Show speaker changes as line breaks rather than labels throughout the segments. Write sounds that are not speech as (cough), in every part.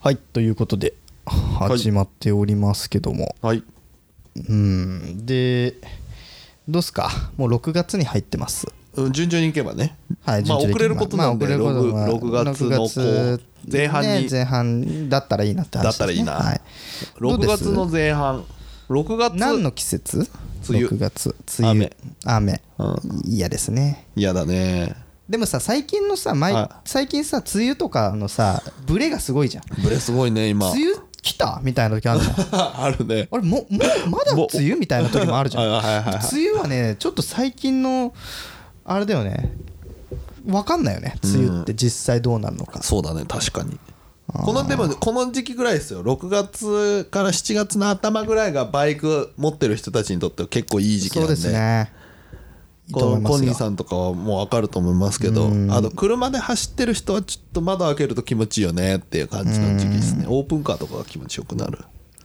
はいということで
い
始まっておりますけども、
はい。
うんでどうっすかもう6月に入ってます
うん順調にいけばね。
はい
ま
順調
あ
に
遅
い
れ
け
る
ば
ことなんで、
まあ遅れることは
6月の
6
こ
月
う前半
ね
に、
前半だったらいいなって話です、ね、
だったらいいな
はい、どう
6
です
月の前半、6月
何の季節
梅雨
6月梅雨雨
う
嫌、ですね
嫌だね。
でもさ最近のさ毎
はい
最近さ梅雨とかのさブレがすごいじゃん
ブレすごいね、今。
梅雨来たみたいな時あるじゃん
(laughs) あるね。
あれもうもうまだ梅雨みたいな時もあるじゃ
あ
ん
(laughs) はいはいはい。
梅雨はねちょっと最近のあれだよね分かんないよね梅雨って実際どうなるのか、
そうだね、確かに。このでもこの時期ぐらいですよ6月から7月の頭ぐらいがバイク持ってる人たちにとっては結構いい時期
そ
な
うん
で
ですねいいと
こ
思
の
いま
コ
す
ニー
よ
さんとかはもう分かると思いますけどあと車で走ってる人はちょっと窓開けると気持ちいいよねっていう感じの時期ですねオープンカーとかが気持ちよくなる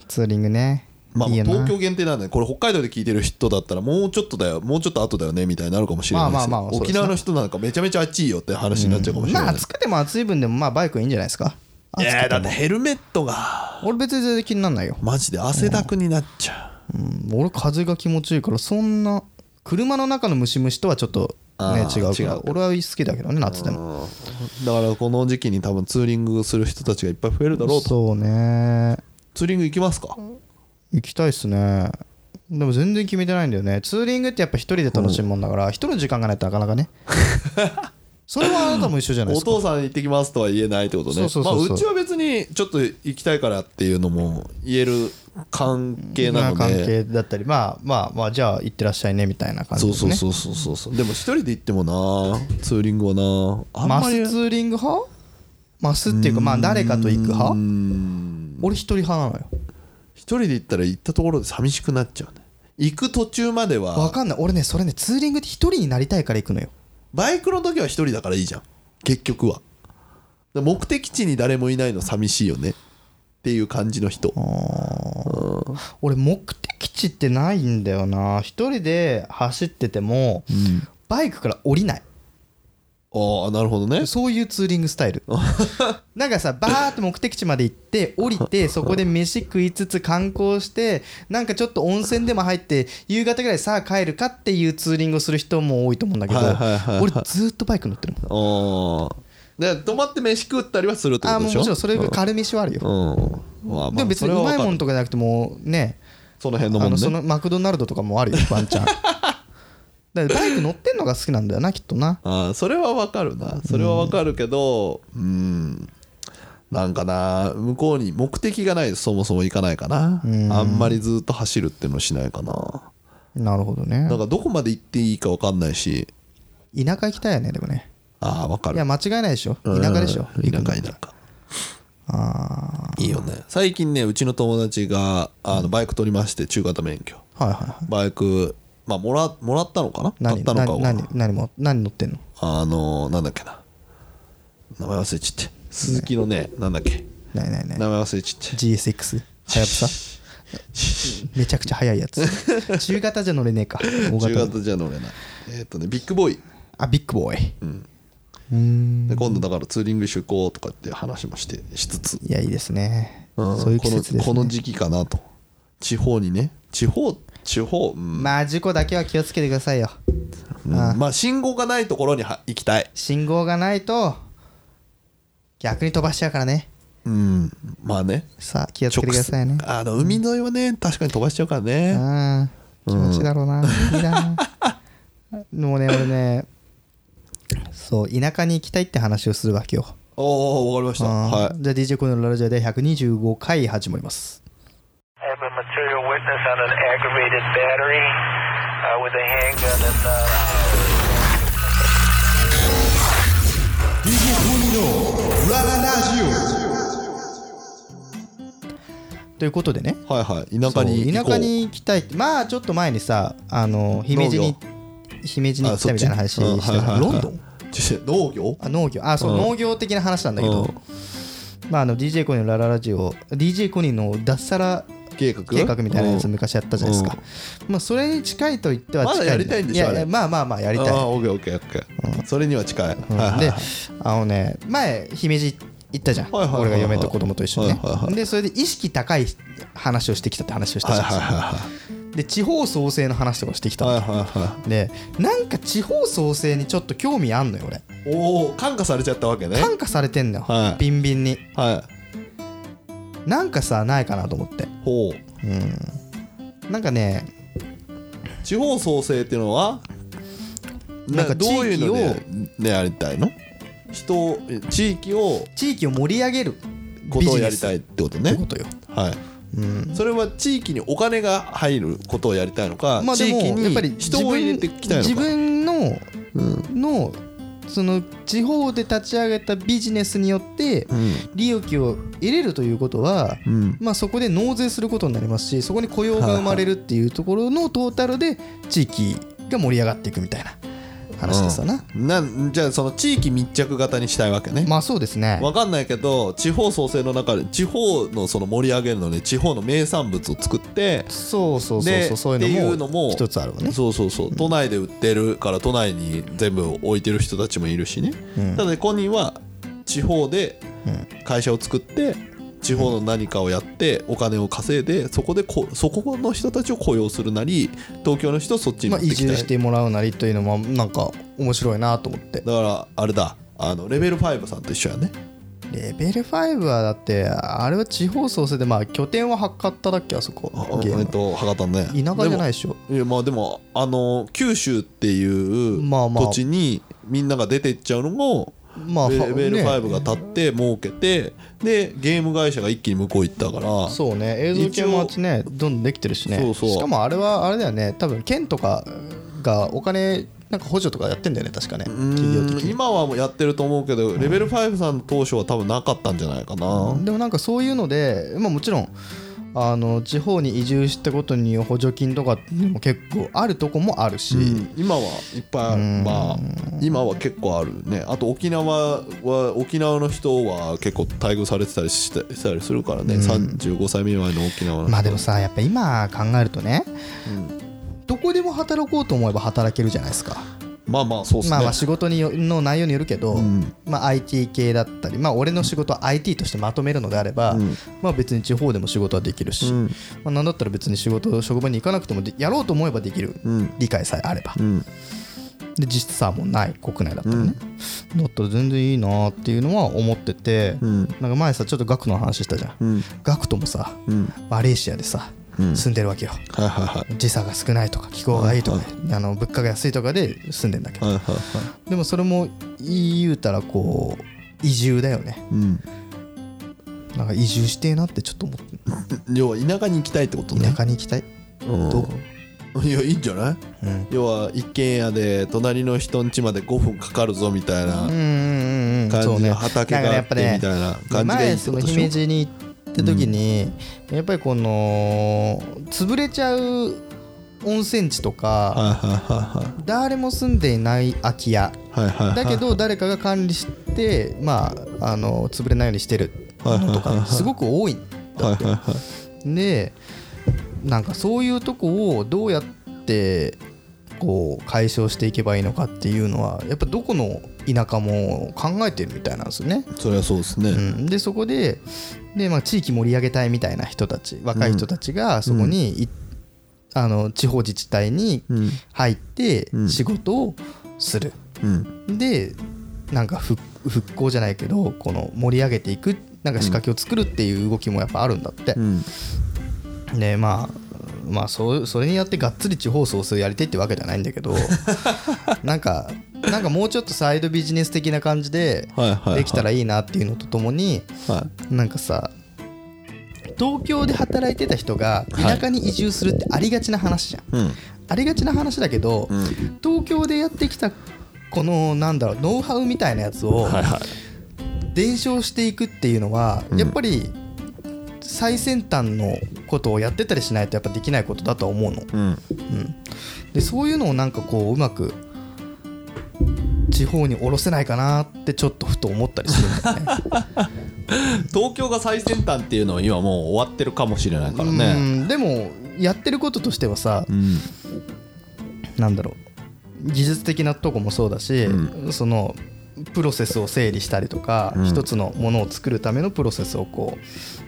ツーリングね
まあ
いいよな
東京限定なんでこれ北海道で聞いてる人だったらもうちょっとだよもうちょっと後だよねみたいになるかもしれないですけ
まあまあまあ
ど
そうです
沖
ね
縄の人なんかめちゃめちゃ暑いよって話になっちゃうかもしれ
まあ
ないです
暑くても暑い分でもまあバイクいいんじゃないですか
い
暑く
やー
て
だ
も
ってヘルメットが
俺別に全然気にならないよ、
マジで汗だくになっちゃ
うん、俺風が気持ちいいからそんな車の中のムシムシとはちょっとね
あ
違
ー
うから
違う
俺は好きだけどね夏で
う、
も
うんだからこの時期に多分ツーリングする人たちがいっぱい増えるだろうと
そうね
ツーリング行きますか
行きたいっすねでも全然決めてないんだよねツーリングってやっぱ一人で楽しむもんだから一人の時間がないとなかなか
(laughs)
ねそれはあなたも一緒じゃないで
お
すか
父さん行ってきますとは言えないってことね
そうそうそうそう
まあ、うちは別にちょっと行きたいからっていうのも言える関係なの
関
で
係だったりまあまあまあじゃあ行ってらっしゃいねみたいな感じ
そ
で、
う
ね、
そうそうそうそうそうでも一人で行ってもなツーリングはなあん
マ
まり
スツーリング派マスっていうかまあ誰かと行く派俺一人派なのよ
一人で行ったら行ったところで寂しくなっちゃうね行く途中まで
わ
は
かんない俺ねそれねツーリングって一人になりたいから行くのよ
バイクの時は一人だからいいじゃん結局はで目的地に誰もいないの寂しいよねっていう感じの人
俺目的地ってないんだよな一人で走ってても、バイクから降りない
ああなるほどね
そういうツーリングスタイ
(laughs)
ルなんかさバーッと目的地まで行って降り
(laughs)
てそこで飯食いつつ観光してなんかちょっと温泉でも入って夕方ぐらいさあ帰るかっていうツーリングをする人も多いと思うんだけど、
はいはいはいはい
俺ずーっとバイク乗ってるもん
ああで泊まって飯食ったりはするってこ
あー
とで
もう
しょ
もちろんそれが軽飯はあるよ、
うんまあまあ
でも別に
それは
うま
わ
い
かる
もんとかじゃなくてもうね
その辺の
あ
もん
のそ
ね
のマクドナルドとかもあるよ
(laughs)
ワンチャンだからバイク乗ってんのが好きなんだよなきっとな
ああそれはわかるなそれはわかるけどうんなんかな向こうに目的がないそもそも行かないかなあんまりずっと走るっていうのしないかな
なるほどね
なんかどこまで行っていいかわかんないし
田舎行きたいよねでもね
ああわか
い
る
や間違いないでしょ田舎でしょ
うん田舎田舎
あ
いいよね最近ねうちの友達があのバイク取りまして中型免許
あはいはいはい
バイクまあもらもらったのかな買
何
ったのか
何
を
何何も何乗ってんの
あのなんだっけな名前忘れちゃって鈴木のねなんだっけ
ないないない
名前忘れちゃって
GSX はやぶ
(laughs)
さめちゃくちゃ速いやつ中型じゃ乗れねえか大
中
型
型じゃ乗れないえっとねビッグボーイ
あビッグボーイ
で今度だからツーリング出行とかって話もしてしつつ
いやいいですね
うん
そういう季節で
こ
す
のこ
ね
の時期かなと地方にね地方地方うん
まあ事故だけは気をつけてくださいよ
うんまあ信号がないところには行きたい
信号がないと逆に飛ばしちゃうからね
うんまあね
さあ気をつけてくださいね
あの海沿いはね確かに飛ばしちゃうからね
ああ気持ちいいだろうな、いいな (laughs) もうね俺ねそう田舎に行きたいって話をするわけよ
おおわかりました
あ
は
ーじゃあ DJ コネのラジオで125回始まります
I have a material witness on an aggravated battery uh, with a handgun and. Uh
DJ コニーの裏ラジオ
ということでね
いはいはい田舎に
そ
行
う
こう
田舎に行きたいってまあちょっと前にさあの姫路に姫路に行ったみたいな話して
あそっちうんはい
た
はい
ロ
はい
ンドン
ちょ農業
あ農業あそう、
うん
農業的な話なんだけど、
うん
まああの DJ コニーのラララジオ DJ コニーの脱サラ
計画
計画みたいなやつ昔やったじゃないですか
う、
まあそれに近いと言っては近い
まだやりたいんでしょ
や
あれ
やまあまあまあやり
あ
たい
あオッケーオッケーオッケーそれには近い、はいはい
で
はい
あのね前姫路行ったじゃん
はいはいはいはい
俺が嫁と子供と一緒にね
はいはいはい
でそれで意識高い話をしてきたって話をした
はい
じ
は
ゃ
い
んで地方創生の話とかをしてきた
はい
の
はいはいは
でなんか地方創生にちょっと興味あんのよ俺
いおお感化されちゃったわけね
感化されてんのよ、
はい
ビンビンに
は
なんかさないかなと思って
いほう
なんかね
地方創生っていうのは
な
なんん
か
か
地
どう
域
いう
を
のでねやりたいの人をえ地域を
地域を盛り上げる
こ
ビ
とを
ジ
や
ネ
り
ス
たいってこと
っ
ね
てことよ
はい、それは地域にお金が入ることをやりたいのか、
まあで
地
も
域
やっぱり
に人を入れてきたいのか
自分ののその地方で立ち上げたビジネスによって
うん
利益を得れるということは、
うん
まあ、そこで納税することになりますしそこに雇用が生まれるっていうところのトータルで地域が盛り上がっていくみたいな話でさな、
うんなんじゃあその地域密着型にしたいわけね、
まあそうですね
わかんないけど地方創生の中で地方のその盛り上げるのに地方の名産物を作って
そうそうそう
で
そうそう
って
い
いう
うの
の
も
も
一つあるわね
そうそうそう都内で売ってるから都内に全部置いてる人たちもいるしね、ただ本人は地方で会社を作って地方の何かをやってお金を稼いでそこでこそこの人たちを雇用するなり東京の人をそっちに
ま
持
あ、
っ
移
てきた
住
い
してもらうなりというのもなんか面白いなと思って
だからあれだあのレベル5さんと一緒やね
レベル5はだってあれは地方創生でまあ拠点は博多だっけあそこ
あ
ゲーム
えっと博多ね
田舎じゃないでしょ
いやまあでもあの九州っていう
まあまあ
土地にみんなが出てっちゃうのも
まあ
レベル
ね
5が立って儲けてでゲーム会社が一気に向こう行ったから
そうね映像系もあっちねどんどんできてるしね
そうそう
しかもあれはあれだよね多分県とかがお金なんか補助とかやってんだよね確かね企業的
うん
に
今はもうやってると思うけどレベル5さんの当初は多分なかったんじゃないかな
でもなんかそういうので、まあ、もちろんあの地方に移住したことによる補助金とかも結構あるとこもあるし、
うん今はいっぱいあるまあ今は結構あるねあと沖縄は沖縄の人は結構待遇されてたりしてしたりするからね35歳未満の沖縄の人
まあでもさやっぱ今考えるとね、どこでも働こうと思えば働けるじゃないですか、
まあまあそうですね
まあまあ仕事によの内容によるけど、まあ、IT 系だったり、まあ、俺の仕事は IT としてまとめるのであれば、まあ、別に地方でも仕事はできるし、まあ、なんだったら別に仕事職場に行かなくてもでやろうと思えばできる、理解さえあれば、
ん
で実差もない国内だったらね、だったら全然いいなっていうのは思ってて、なんか前さちょっと学の話したじゃん、学ともさ、マレーシアでさ、住んでるわけよ
はいはいはい
時差が少ないとか気候がいいとか、あの物価が安いとかで住んでんだけど、
はいはいはい
でもそれも言うたらこう移住だよね
うん
なんか移住してえなってちょっと思って
要は田舎に行きたいってことね
田舎に行きたい、
うん
どう
いやいいんじゃない、
うん
要は一軒家で隣の人ん家まで5分かかるぞみたいな
うんうんうん
感
そう
じ
ね
の畑があってみたいな感じがいい
前
って
そ
こ
の
とでしょ
姫路に行った時に、やっぱりこの潰れちゃう温泉地と
は
か
いは
誰も住んでいない空き家
いはいはいはいはい
だけど誰かが管理してまああの潰れないようにしてるのとかすごく多いんだ
はい
って
はいはい
でなんかそういうとこをどうやってこう解消していけばいいのかっていうのはやっぱどこの田舎も考えてるみたいなんですよね。
そりゃそうですね、
うん、でそこでで、まあ、地域盛り上げたいみたいな人たち若い人たちがそこにい、あの地方自治体に
ん
入って
ん
仕事をする。
うん
でなんか復復興じゃないけどこの盛り上げていくなんか仕掛けを作るっていう動きもやっぱあるんだって。
うん
でまあまあそうそれによってがっつり地方創生やりたいってわけじゃないんだけ
(laughs)
どなんかなんかもうちょっとサイドビジネス的な感じで
はいはいはい
できたらいいなっていうのとともに
は
なんかさ東京で働いてた人が田舎に移住するってありがちな話じゃん、
いうん
ありがちな話だけど、
ん
東京でやってきたこのなんだろうノウハウみたいなやつを、
はいはい
伝承していくっていうのは、やっぱり最先端のことをやってたりしないとやっぱできないことだとは思うの
うん
でそういうのをなんかこううまく地方に下ろせないかなってちょっとふと思ったりするんだよね
東京が最先端っていうのは今もう終わってるかもしれないから (laughs) ね
うんでもやってることとしてはさ、
うん
なんだろう技術的なとこもそうだし、そのプロセスを整理したりとか、一つのものを作るためのプロセスをこ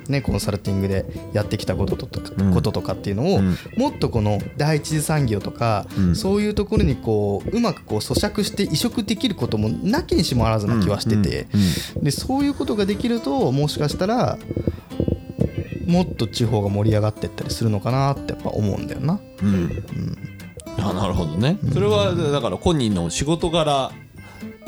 う、ね、コンサルティングでやってきたこととか,、こととかっていうのを、もっとこの第一次産業とか、そういうところにこううまくこう咀嚼して移植できることもなきにしもあらずな気はしてて、でそういうことができるともしかしたらもっと地方が盛り上がっていったりするのかなってやっぱ思うんだよな。
うん、あなるほどねそれはだからコニーの仕事柄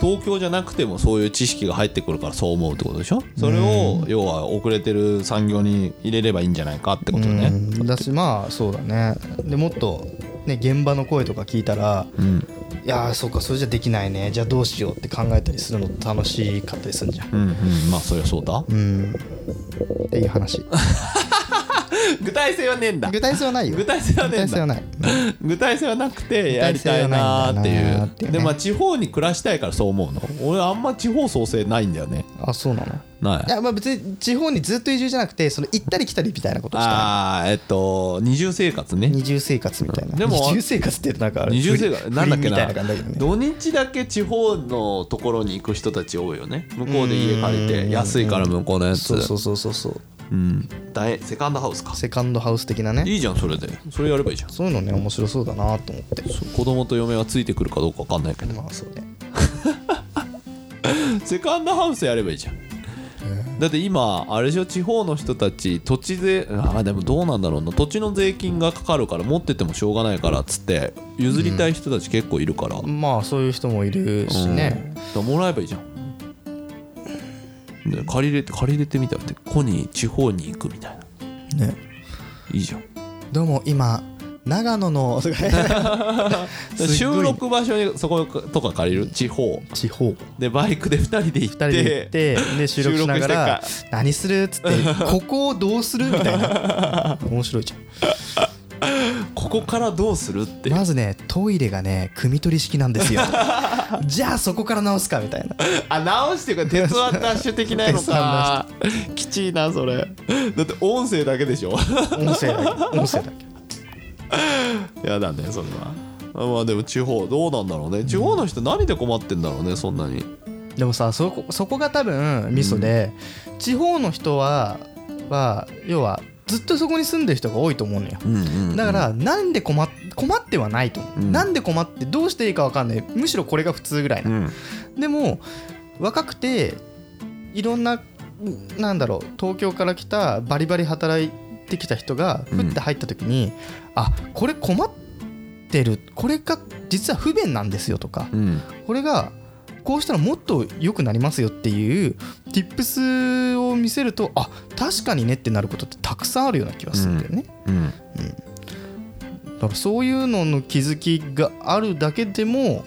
東京じゃなくてもそういう知識が入ってくるからそう思うってことでしょそれを要は遅れてる産業に入れればいいんじゃないかってこと
う
ね
んだしまあそうだねでもっと、ね、現場の声とか聞いたら、
うん
いやーそうかそれじゃできないねじゃあどうしようって考えたりするの楽しかったりするじゃん
うんうんまあそりゃそうだ
うんっていう話
(laughs) 具体性はねえんだ
具体性はないよ
具体性は
具
ねえ
体性は
んだ (laughs)
ない
具体性はなくてやりたいなーって
具体性はないんだ
い
なー
う
っていうね
で
(laughs)
まあ地方に暮らしたいからそう思うの俺あんま地方創生ないんだよね
あそうなの
ない
いやまあ別に地方にずっと移住じゃなくてその行ったり来たりみたいなことした
ああーえっと二重生活
い
ね
二重生活みたいな
でも
二重生活ってなんかあれ
二重生活
不倫
なんだっけ
不倫みたい
な
な感じだけどね
土日だけ地方のところに行く人たち多いよね向こうで家借り
う
て
ん
安いから向こうのやつ
そうそうそうそうそう
うん大セカンドハウスか
セカンドハウス的なね
いいじゃんそれでそれやればいいじゃん
そういうのね面白そうだなと思って
そう子供と嫁はついてくるかどうか分か
(laughs)
んないけど
まあそうね
セカンドハウスやればいいじゃん (laughs) だって今あれでしょ地方の人たち土地税あーでもどうなんだろうな土地の税金がかかるから持っててもしょうがないからっつって譲りたい人たち結構いるから、
まあそういう人もいるしね
だからもらえばいいじゃんで借りれて借りれてみたらってコに地方に行くみたいな
ね
いいじゃん
どうも今長野の (laughs) とかねすっごい
収録場所にそことか借りる地方
地方
でバイクで2人で行っ
2人で行っててで収録しながら何するっつ (laughs) ってここをどうするみたいな面白いじゃ
ここからどうするって
んまずねトイレがね汲み取り式なんです (laughs) よじゃあそこから直すかみたいな
あ直してくれ鉄腕ダッシュ的なのかきちいなそれだって音声だけでし (laughs) ょ
音声だけ音声だけ
やだねそれはあまあでも地方どうなんだろうね地方の人何で困ってんだろうねそんなに
でもさそこそこが多分ミソで、地方の人はは要はずっとそこに住んでる人が多いと思うのよ
うんうん
だからなんで困っ困ってはないと思う、
うん
なんで困ってどうしていいか分かんないむしろこれが普通ぐらいな、
うん
でも若くていろんななんだろう東京から来たバリバリ働いてきた人が
うん
ふって入った時に、あこれ困ってるこれが実は不便なんですよとか
うん
これがこうしたらもっと良くなりますよっていう tips を見せるとあ確かにねってなることってたくさんあるような気がするんだよね。
うん
だからそういうのの気づきがあるだけでも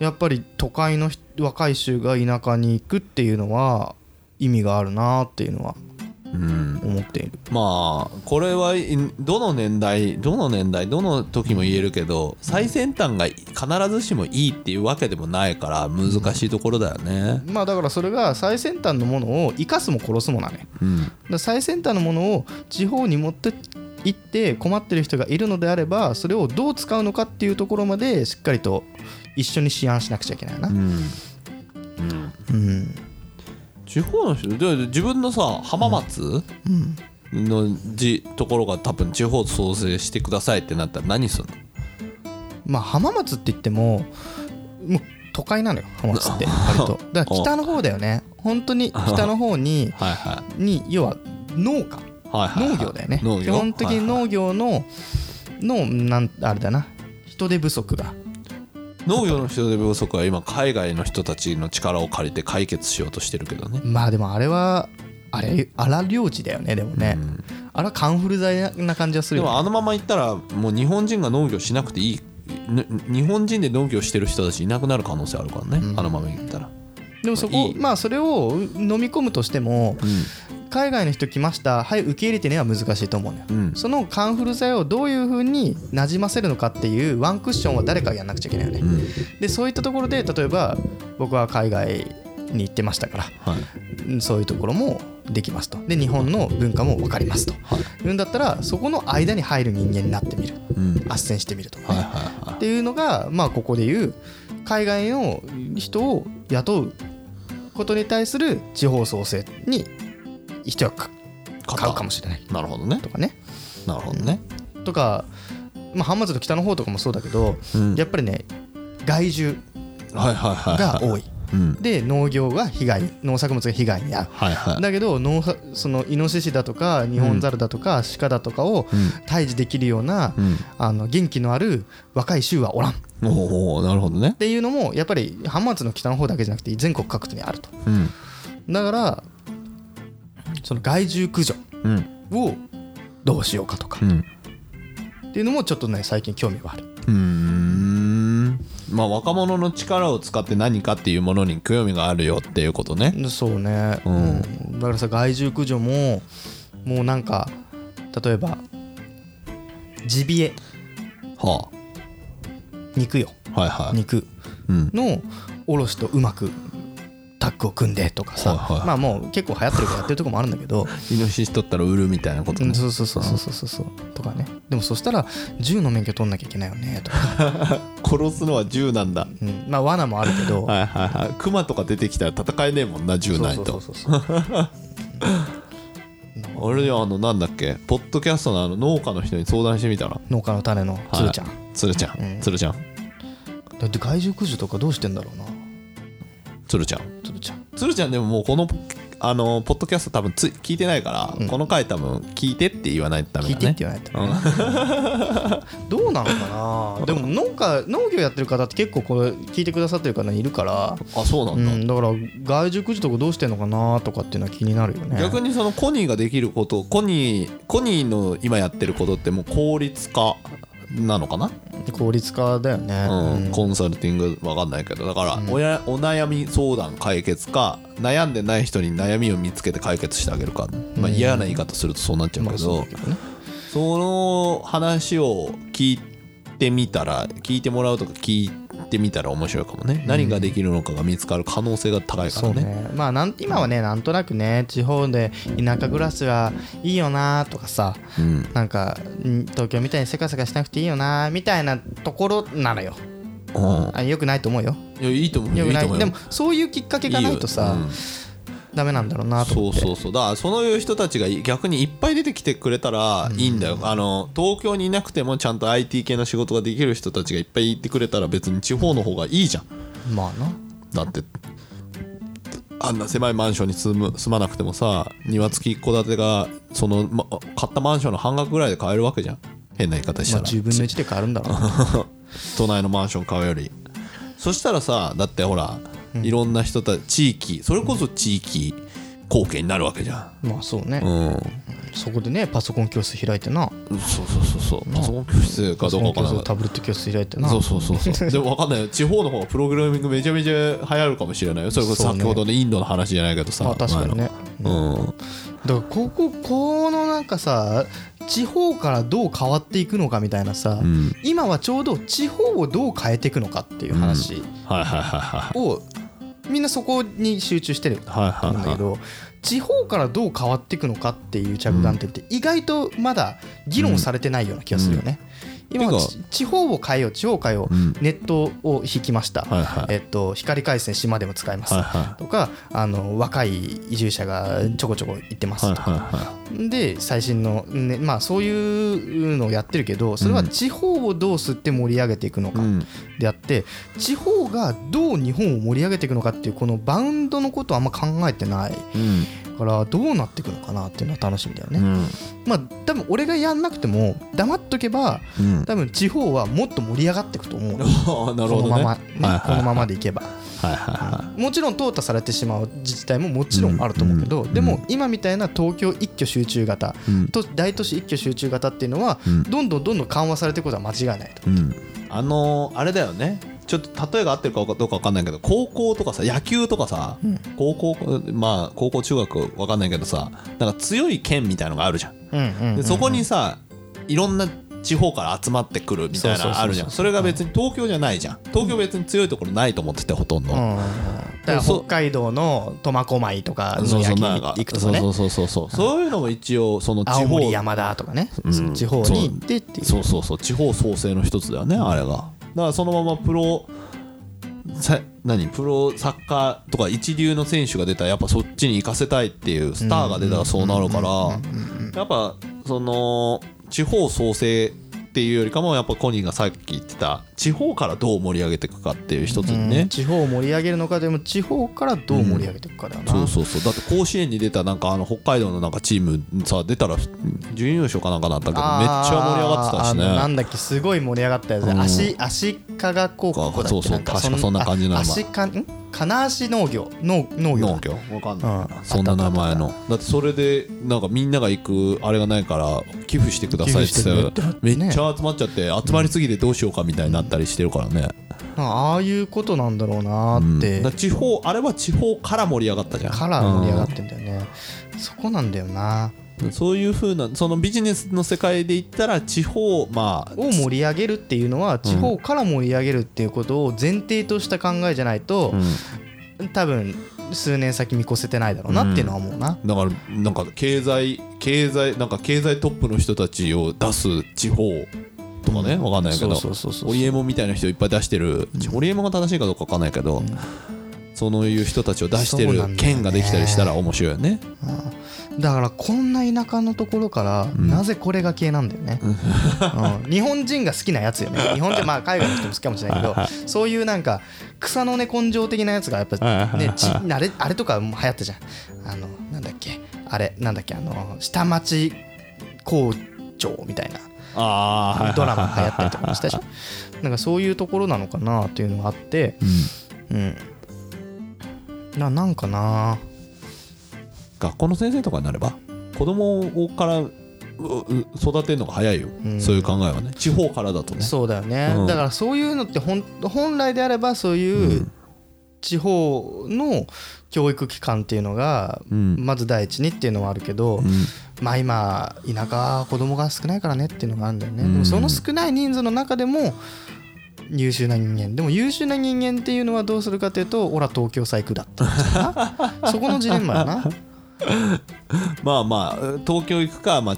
やっぱり都会の人若い衆が田舎に行くっていうのは意味があるなっていうのは
うん
思っている
まあこれはいどの年代どの年代どの時も言えるけど最先端が必ずしもいいっていうわけでもないから難しいところだよね。
まあだからそれが最先端のものを生かすも殺すもなね
うん
だから最先端のものを地方に持って行って困ってる人がいるのであればそれをどう使うのかっていうところまでしっかりと一緒に思案しなくちゃいけないな
うんうん
うん
地方の人で自分のさ浜松
うん
のじところが多分地方創生してくださいってなったら何するの
まあ浜松って言ってももう都会なのよ浜松って割とだから北の方だよね本当に北の方に
はいは
に要は農家
いはいはいはい
農業だよね
農業
基本的に農業ののなんあれだな人手不足が
農業の人手不足は今海外の人たちの力を借りて解決しようとしてるけどね。
まあでもあれはあれ荒領地だよねでもね、
うん
あれはカンフル剤な感じがする
で
よ、ね、
もあのまま行ったらもう日本人が農業しなくていいぬ日本人で農業してる人たちいなくなる可能性あるからね、
うん
あのまま行ったら、
でもそこ
いい
まあそれを飲み込むとしても海外の人来ましたはい受け入れてねは難しいと思うのよ
うん
そのカンフル剤をどういうふうになじませるのかっていうワンクッションは誰かがやんなくちゃいけないよね、
うん
でそういったところで例えば僕は海外に行ってましたから
はい
うんそういうところもできますとで日本の文化も分かりますと、
はい
い、うんだったらそこの間に入る人間になってみる
うん
斡旋してみるとかね、
はいはいは
っていうのがまあここでいう海外の人を雇うことに対する地方創生に一役買うかもしれない
なるほどね
とかね
なるほどね
とか、まあ、浜松の北の方とかもそうだけど、
うん
やっぱりね害獣
はいはいはい
が
はい
多い
うん
で農業が被害農作物が被害に遭う
はいはい
だけど農作そのイノシシだとかニホンザルだとか鹿だとかを
うん
退治できるような、
うん
あの元気のある若い州はおらんっ
おおなるほどね
ていうのもやっぱり浜松の北の方だけじゃなくて全国各地にあると
うん
だからその害獣駆除
うん
をどうしようかとか
う、ん
っていうのもちょっとね最近興味がある
うーんまあ若者の力を使って何かっていうものに興味があるよっていうことね
そうね、
うん
うんだからさ害獣駆除ももうなんか例えばジビエ
は
肉よ
あはいはい
肉
うん
のおろしとうまくタッグを組んでとかさ、
はいはい
まあもう結構流行ってるからやってるとこもあるんだけ
(laughs)
ど
イノシシ取ったら売るみたいなこと
う
ね
んそうそうそうそうそうそうとかねでもそしたら銃の免許取んなきゃいけないよねとか、
殺すのは銃なん
う
だ
ん、まあ罠もあるけ
(laughs)
ど、
はいはいはいクマとか出てきたら戦えねえもんな銃ない
そう
と
そう
(laughs)
そうそう
あれよあのなんだっけポッドキャストのあの農家の人に相談してみたら
農家の種の鶴ちゃん、
つるちゃんつるちゃん
だって害獣駆除とかどうしてんだろうな
つるちゃん
鶴ちゃん
つるちゃんでももうこのあのポッドキャスト多分つ聞いてないから、この回多分聞いてって言わないとダメ
聞い
だ
てっ
ね
て言わないと、ね (laughs) どうなのかなでも農家農業やってる方って結構これ聞いてくださってる方いるから
あそうな
うん
だ、
ん、だから外熟時とかどうしてんのかなとかっていうのは気になるよね
逆にそのコニーができることコニーコニーの今やってることってもう効率化なのかな、
効率化だよね、
うんコンサルティングわかんないけどだからおやお悩み相談解決か悩んでない人に悩みを見つけて解決してあげるか、まあ、嫌な言い方するとそうなっちゃうけど、
だけどね
その話を聞いてみたら聞いてもらうとか聞いてみたら面白いかもね、何ができるのかが見つかる可能性が高いか
そ
ら
う
ね
ねまあなん今はねなんとなくね地方で田舎暮らしはいいよなとかさ
うん
なんかん東京みたいにせかせかしなくていいよなみたいなところなのよ
うん
あよくないと思うよ
いやいいと思う
よ
よ
く
いい
な
と
い
思うよ
でもそういうきっかけがないとさ
いいようん
ダメなんだろうなと
そ
思
う
って
そうそうだからそういう人たちが逆にいっぱい出てきてくれたらいいんだよ、あの東京にいなくてもちゃんと IT 系の仕事ができる人たちがいっぱいいてくれたら別に地方の方がいいじゃん
まあな
だってあんな狭いマンションに住む住まなくてもさ庭付き一戸建てがその、ま、買ったマンションの半額ぐらいで買えるわけじゃん変な言い方した
まあ
ら、
10分の1で変わるんだろうな
都内のマンション買うよりそしたらさだってほら、いろんな人たち地域それこそ地域貢献になるわけじゃ
まあそうね、
んうん
そこでねパソコン教室開いてな
そうそうそうそうパソコン教室か
パ
ど
ソ
う
コン
か
教
わかん
室
ない
タブレット教室開いてな
そうそうそうそうでも分かんないよ地方の方がプログラミングめちゃめちゃ流行るかもしれないよそれこそ
そうね
先ほどのインドの話じゃないけどさ
まあ確かにね
前のう
だ
ん
からこここのなんかさ地方からどう変わっていくのかみたいなさ、
ん
今はちょうど地方をどう変えていくのかっていう話
はいはいはいはい
を、みんなそこに集中してるんだ
はいはいはい
けど、地方からどう変わっていくのかっていう着眼点って意外とまだ議論されてないような気がするよね。今は
て
ち地方を変えよう地方を変えよう、
うん
ネットを引きました、
はいはい
えっと、光回線島でも使えます、
はいは
とかあの若い移住者がちょこちょこ行ってます
はい
とか、
はいはい
で最新の、ねまあ、そういうのをやってるけどそれは地方をどう吸って盛り上げていくのか
うん
であって、地方がどう日本を盛り上げていくのかっていうこのバウンドのことはあんま考えてない
うん
からどうなっていくのかなっていうのは楽しみだよ
う
ね。
ん
まあ多分俺がやんなくても黙っとけば
うん
多分地方はもっと盛り上がっていくと思う。
ああなる
この
ほど
ま
ね
ま、
はい
ね
はい
このまま
で
でいけば
はいはいは
もちろん淘汰されてしまう自治体ももちろんあると思うけど、
うん
でも今みたいな東京一挙集中型、
いうん
と大都市一挙集中型っていうのは、
うん
どんどんどんどん緩和されていくことは間違いないと。
うんあのーあれだよねちょっと例えが合ってるかどうか分かんないけど高校とかさ野球とかさ高校まあ高校中学分かんないけどさなんか強い県みたいのがあるじゃん
うんうん
でそこにさいろんな地方から集まってくるみたいなのあるじゃんそれが別に東京じゃないじゃん東京別に強いところないと思っててほとんど、
うんうんうんだから
そ
北
う
海道の苫小牧とか
そ
の
うそ
焼
う
き
な
に
んか
行くとかね
そうそうそうそうそうそういうのも一応その地
青
方
森山田とかね、
うん
その地方に行ってっていう
そうそうそう地方創生の一つだよねあれがだからそのままプロさ何プロサッカーとか一流の選手が出たらやっぱそっちに行かせたいっていうスターが出たらそうなるからやっぱその地方創生っていうよりかもやっぱコニーがさっき言ってた地方からどう盛り上げていくかっていう一つに
う
ね
ん地方を盛り上げるのかでも地方からどう盛り上げていくかだよな、
そうそうそうだって甲子園に出たなんかあの北海道のなんかチームさ出たら準優勝かなんかだったけどめっちゃ盛り上がってた
あ
し
ーあのな
ね
んだっけすごい盛り上がったやつ、
うん
足足利高校だっけ
そうそう
なんか
確かそんな感じの
あ
名前
足かん金足農業農農業だ
農業わかん
ない
そんな名前のだってそれでなんかみんなが行くあれがないから寄付してくださいって言ってたら
寄付
め
してくれ
ってちゃ集まっちゃって集まりすぎてどうしようかみたいになったりしてるからね
ああいうことなんだろうなーって、
だから地方あれは地方から盛り上がったじゃん
から盛り上がってんだよね、そこなんだよな
うんそういうふうなそのビジネスの世界で言ったら地方まあ
を盛り上げるっていうのは地方から盛り上げるっていうことを前提とした考えじゃないと、多分数年先見越せてないだろうなっていうのは思うな、
だからなんか経済経済なんか経済トップの人たちを出す地方とかねわかんないけど
そうそうそうそう
オリエモンみたいな人いっぱい出してる、オリエモンが正しいかどうかわかんないけど、そういう人たちを出し
そ
て
うなんだよ
る
ね
県ができたりしたら面白いよね
だからこんな田舎のところからなぜこれが系なんだよね、うん日本人が好きなやつよね日本人まあ海外の人も好きかもしれないけどそういうなんか草の根根性的なやつがやっぱねちあれあれとかも流行ったじゃんあのなんだっけあれなんだっけあの下町工場みたいな
ああ
(laughs) ドラマが流行ったりとかもしたでしょなんかそういうところなのかなっていうのがあってうんななんかな
学校の先生とかになれば子供をからうう育てるのが早いよ、そういう考えはね地方からだとね
そうだよね、
うん
だからそういうのってほん本来であればそういうう地方の教育機関っていうのが
うん
まず第一にっていうのはあるけど、
うん
まあ今田舎は子供が少ないからねっていうのがあるんだよね、
うん
でもその少ない人数の中でも優秀な人間でも優秀な人間っていうのはどうするかというと俺は東京最区だってなっちゃう
(laughs)
なそこのジレンマだな
まあまあ東京行くか、まあ、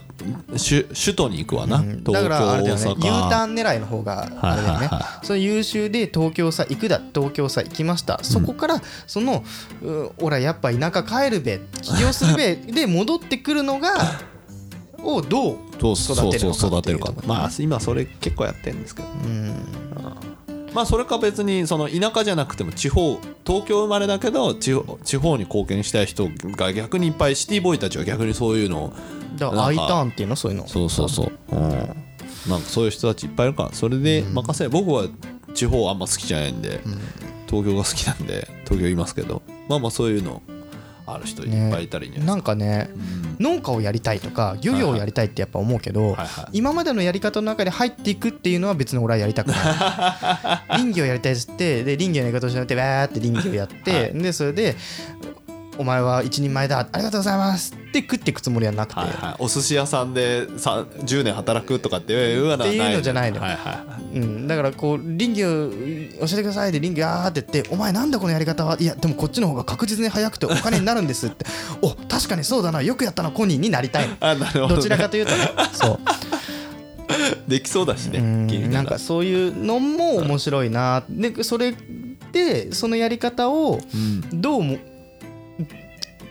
首首都に行くわな、
うんだ
東
か
京
らあれだよね U
大阪
ターン狙いの方があれだよ
はいはい
ね
は
その優秀で東京さ行くだ東京さ行きましたそこからそのう「おらやっぱ田舎帰るべ起業する
(laughs)
べ」で戻ってくるのがをどう
そう
育てるのか
そうそう育てる
って
か
いうとこ
まあ今それ結構やってるんですけど、うんまあそれか別にその田舎じゃなくても地方東京生まれだけど地方地方に貢献したい人が逆にいっぱいシティボーイたちは逆にそういうのを
だから
な
I
ん
タ
か
ーンっていうのそういうの
そうそうそう、うん、なんかそういう人たちいっぱいいるからそれで任せ、僕は地方あんま好きじゃないんで、東京が好きなんで東京いますけどまあまあそういうのある人いっぱいいたりね
なんかね農家をやりたいとか漁業をやりたいってやっぱ思うけど
はいはい
今までのやり方の中に入っていくっていうのは別に俺はやりた
(laughs)
くない林業やりたいっつってで林業のやり方をしなくてわーって林業やって、でそれで「お前は一人前だありがとうございます」って食っていくつもりはなくて、
はいはい、お寿司屋さんでさ10年働くとかっていうわな
っていうのじゃないの
はいは
うん、だからこう林業教えてくださいで林業あーって言って「お前なんだこのやり方はいやでもこっちの方が確実に早くてお金になるんです」って (laughs) 「お確かにそうだなよくやったなコニー」になりたいの
い、 (laughs) あなるほど,、ね、
どちらかというと
(laughs)
ねそう
できそうだしね
うんなん
か
かそういうのも面白いなでそれでそのやり方をどうも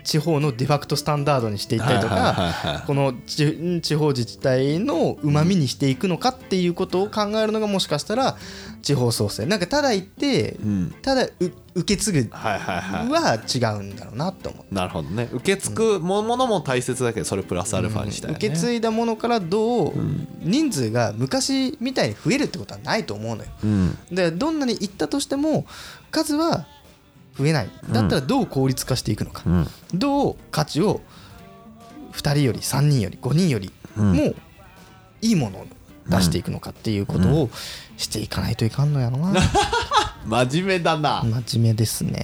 地方のデファクトスタンダードにしていったりと
はいはいはい
か
はい
このち地方自治体のうまみにしていくのかっていうことを考えるのがもしかしたら地方創生なんかただ言って
うん
ただう受け継ぐ
はいはいは
は違うんだろうなと思う。
いなるほどね受け継ぐもものも大切だけどそれプラスアルファにしたい、ね
受け継いだものからどう人数が昔みたいに増えるってことはないと思うのよ。
うん
でどんなに行ったとしても数は増えないだったらどう効率化していくのか、
ん
どう価値を2人より3人より5人よりもいいものを出していくのかっていうことをしていかないといかんのやろ
(laughs)
な
真面目だな、
真面目です
(laughs)
ね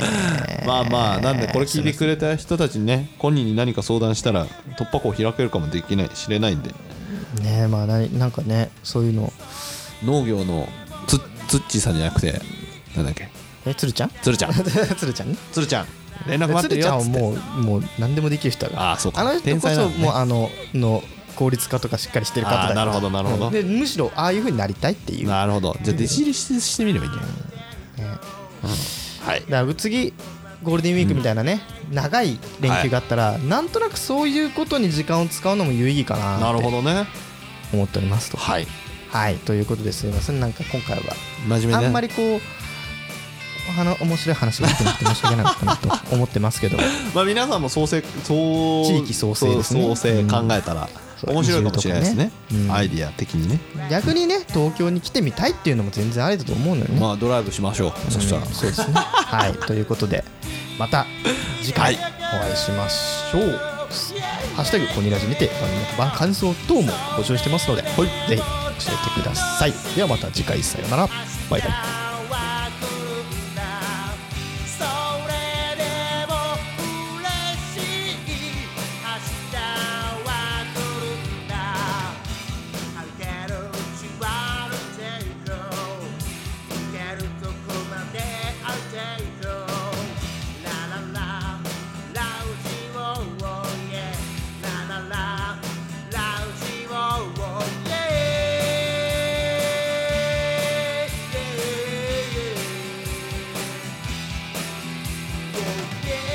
まあまあなんでこれ聞いてくれた人たちにねコニーに何か相談したら突破口開けるかもできない知れないんで
ねえまあななんかねそういうの
農業のつつっちーさんじゃなくてなんだっけ
えつるちゃん
つる
(laughs)
ちゃん
つるちゃんね
つるちゃん連絡待
つ
って
る
る
ちゃん
よ
は
っつって
もうもう何でもできる人だから
あーそうか
あの人
天
こ
才な
そ
のね
もうあのの効率化とかしっかりしてる方だから
あーなるほどなるほど
うんでむしろああいうふうになりたいっていう
なるほどじゃあ弟子入りしてしてみればいいんじゃない、はい
だから次ゴールデンウィークみたいなね、長い連休があったら、なんとなくそういうことに時間を使うのも有意義かな
なる
っ
ほ
て
どね
思っておりますと
はい
はいということですいませんなんか今回は
真面目ね
あんまりこうあの面白い話が出てなくて申し訳なかったなと思ってますけど
(laughs) まあ皆さんも創生そう
地域創生ですね
そう創生考えたら
うん
面白いかもしれないですね
移住とかねうん
アイディア的にね
逆にね東京に来てみたいっていうのも全然ありだと思うのよね、
まあドライブしましょうそしたら
うんそうですね (laughs) はいということでまた次回お会いしましょう、ハッシュタグコニラジにて番組の番感想等も募集してますので、ぜひ教えてくださいではまた次回さようならバイバイ
「それでもうれしい」「明日は来るんだ」「歩けるうちは歩いていこう」「行けるとこまで歩いていこう」「ララララウジをおいえ」「ララララウジをおいえ」「Yeah, yeah, yeah. Yeah.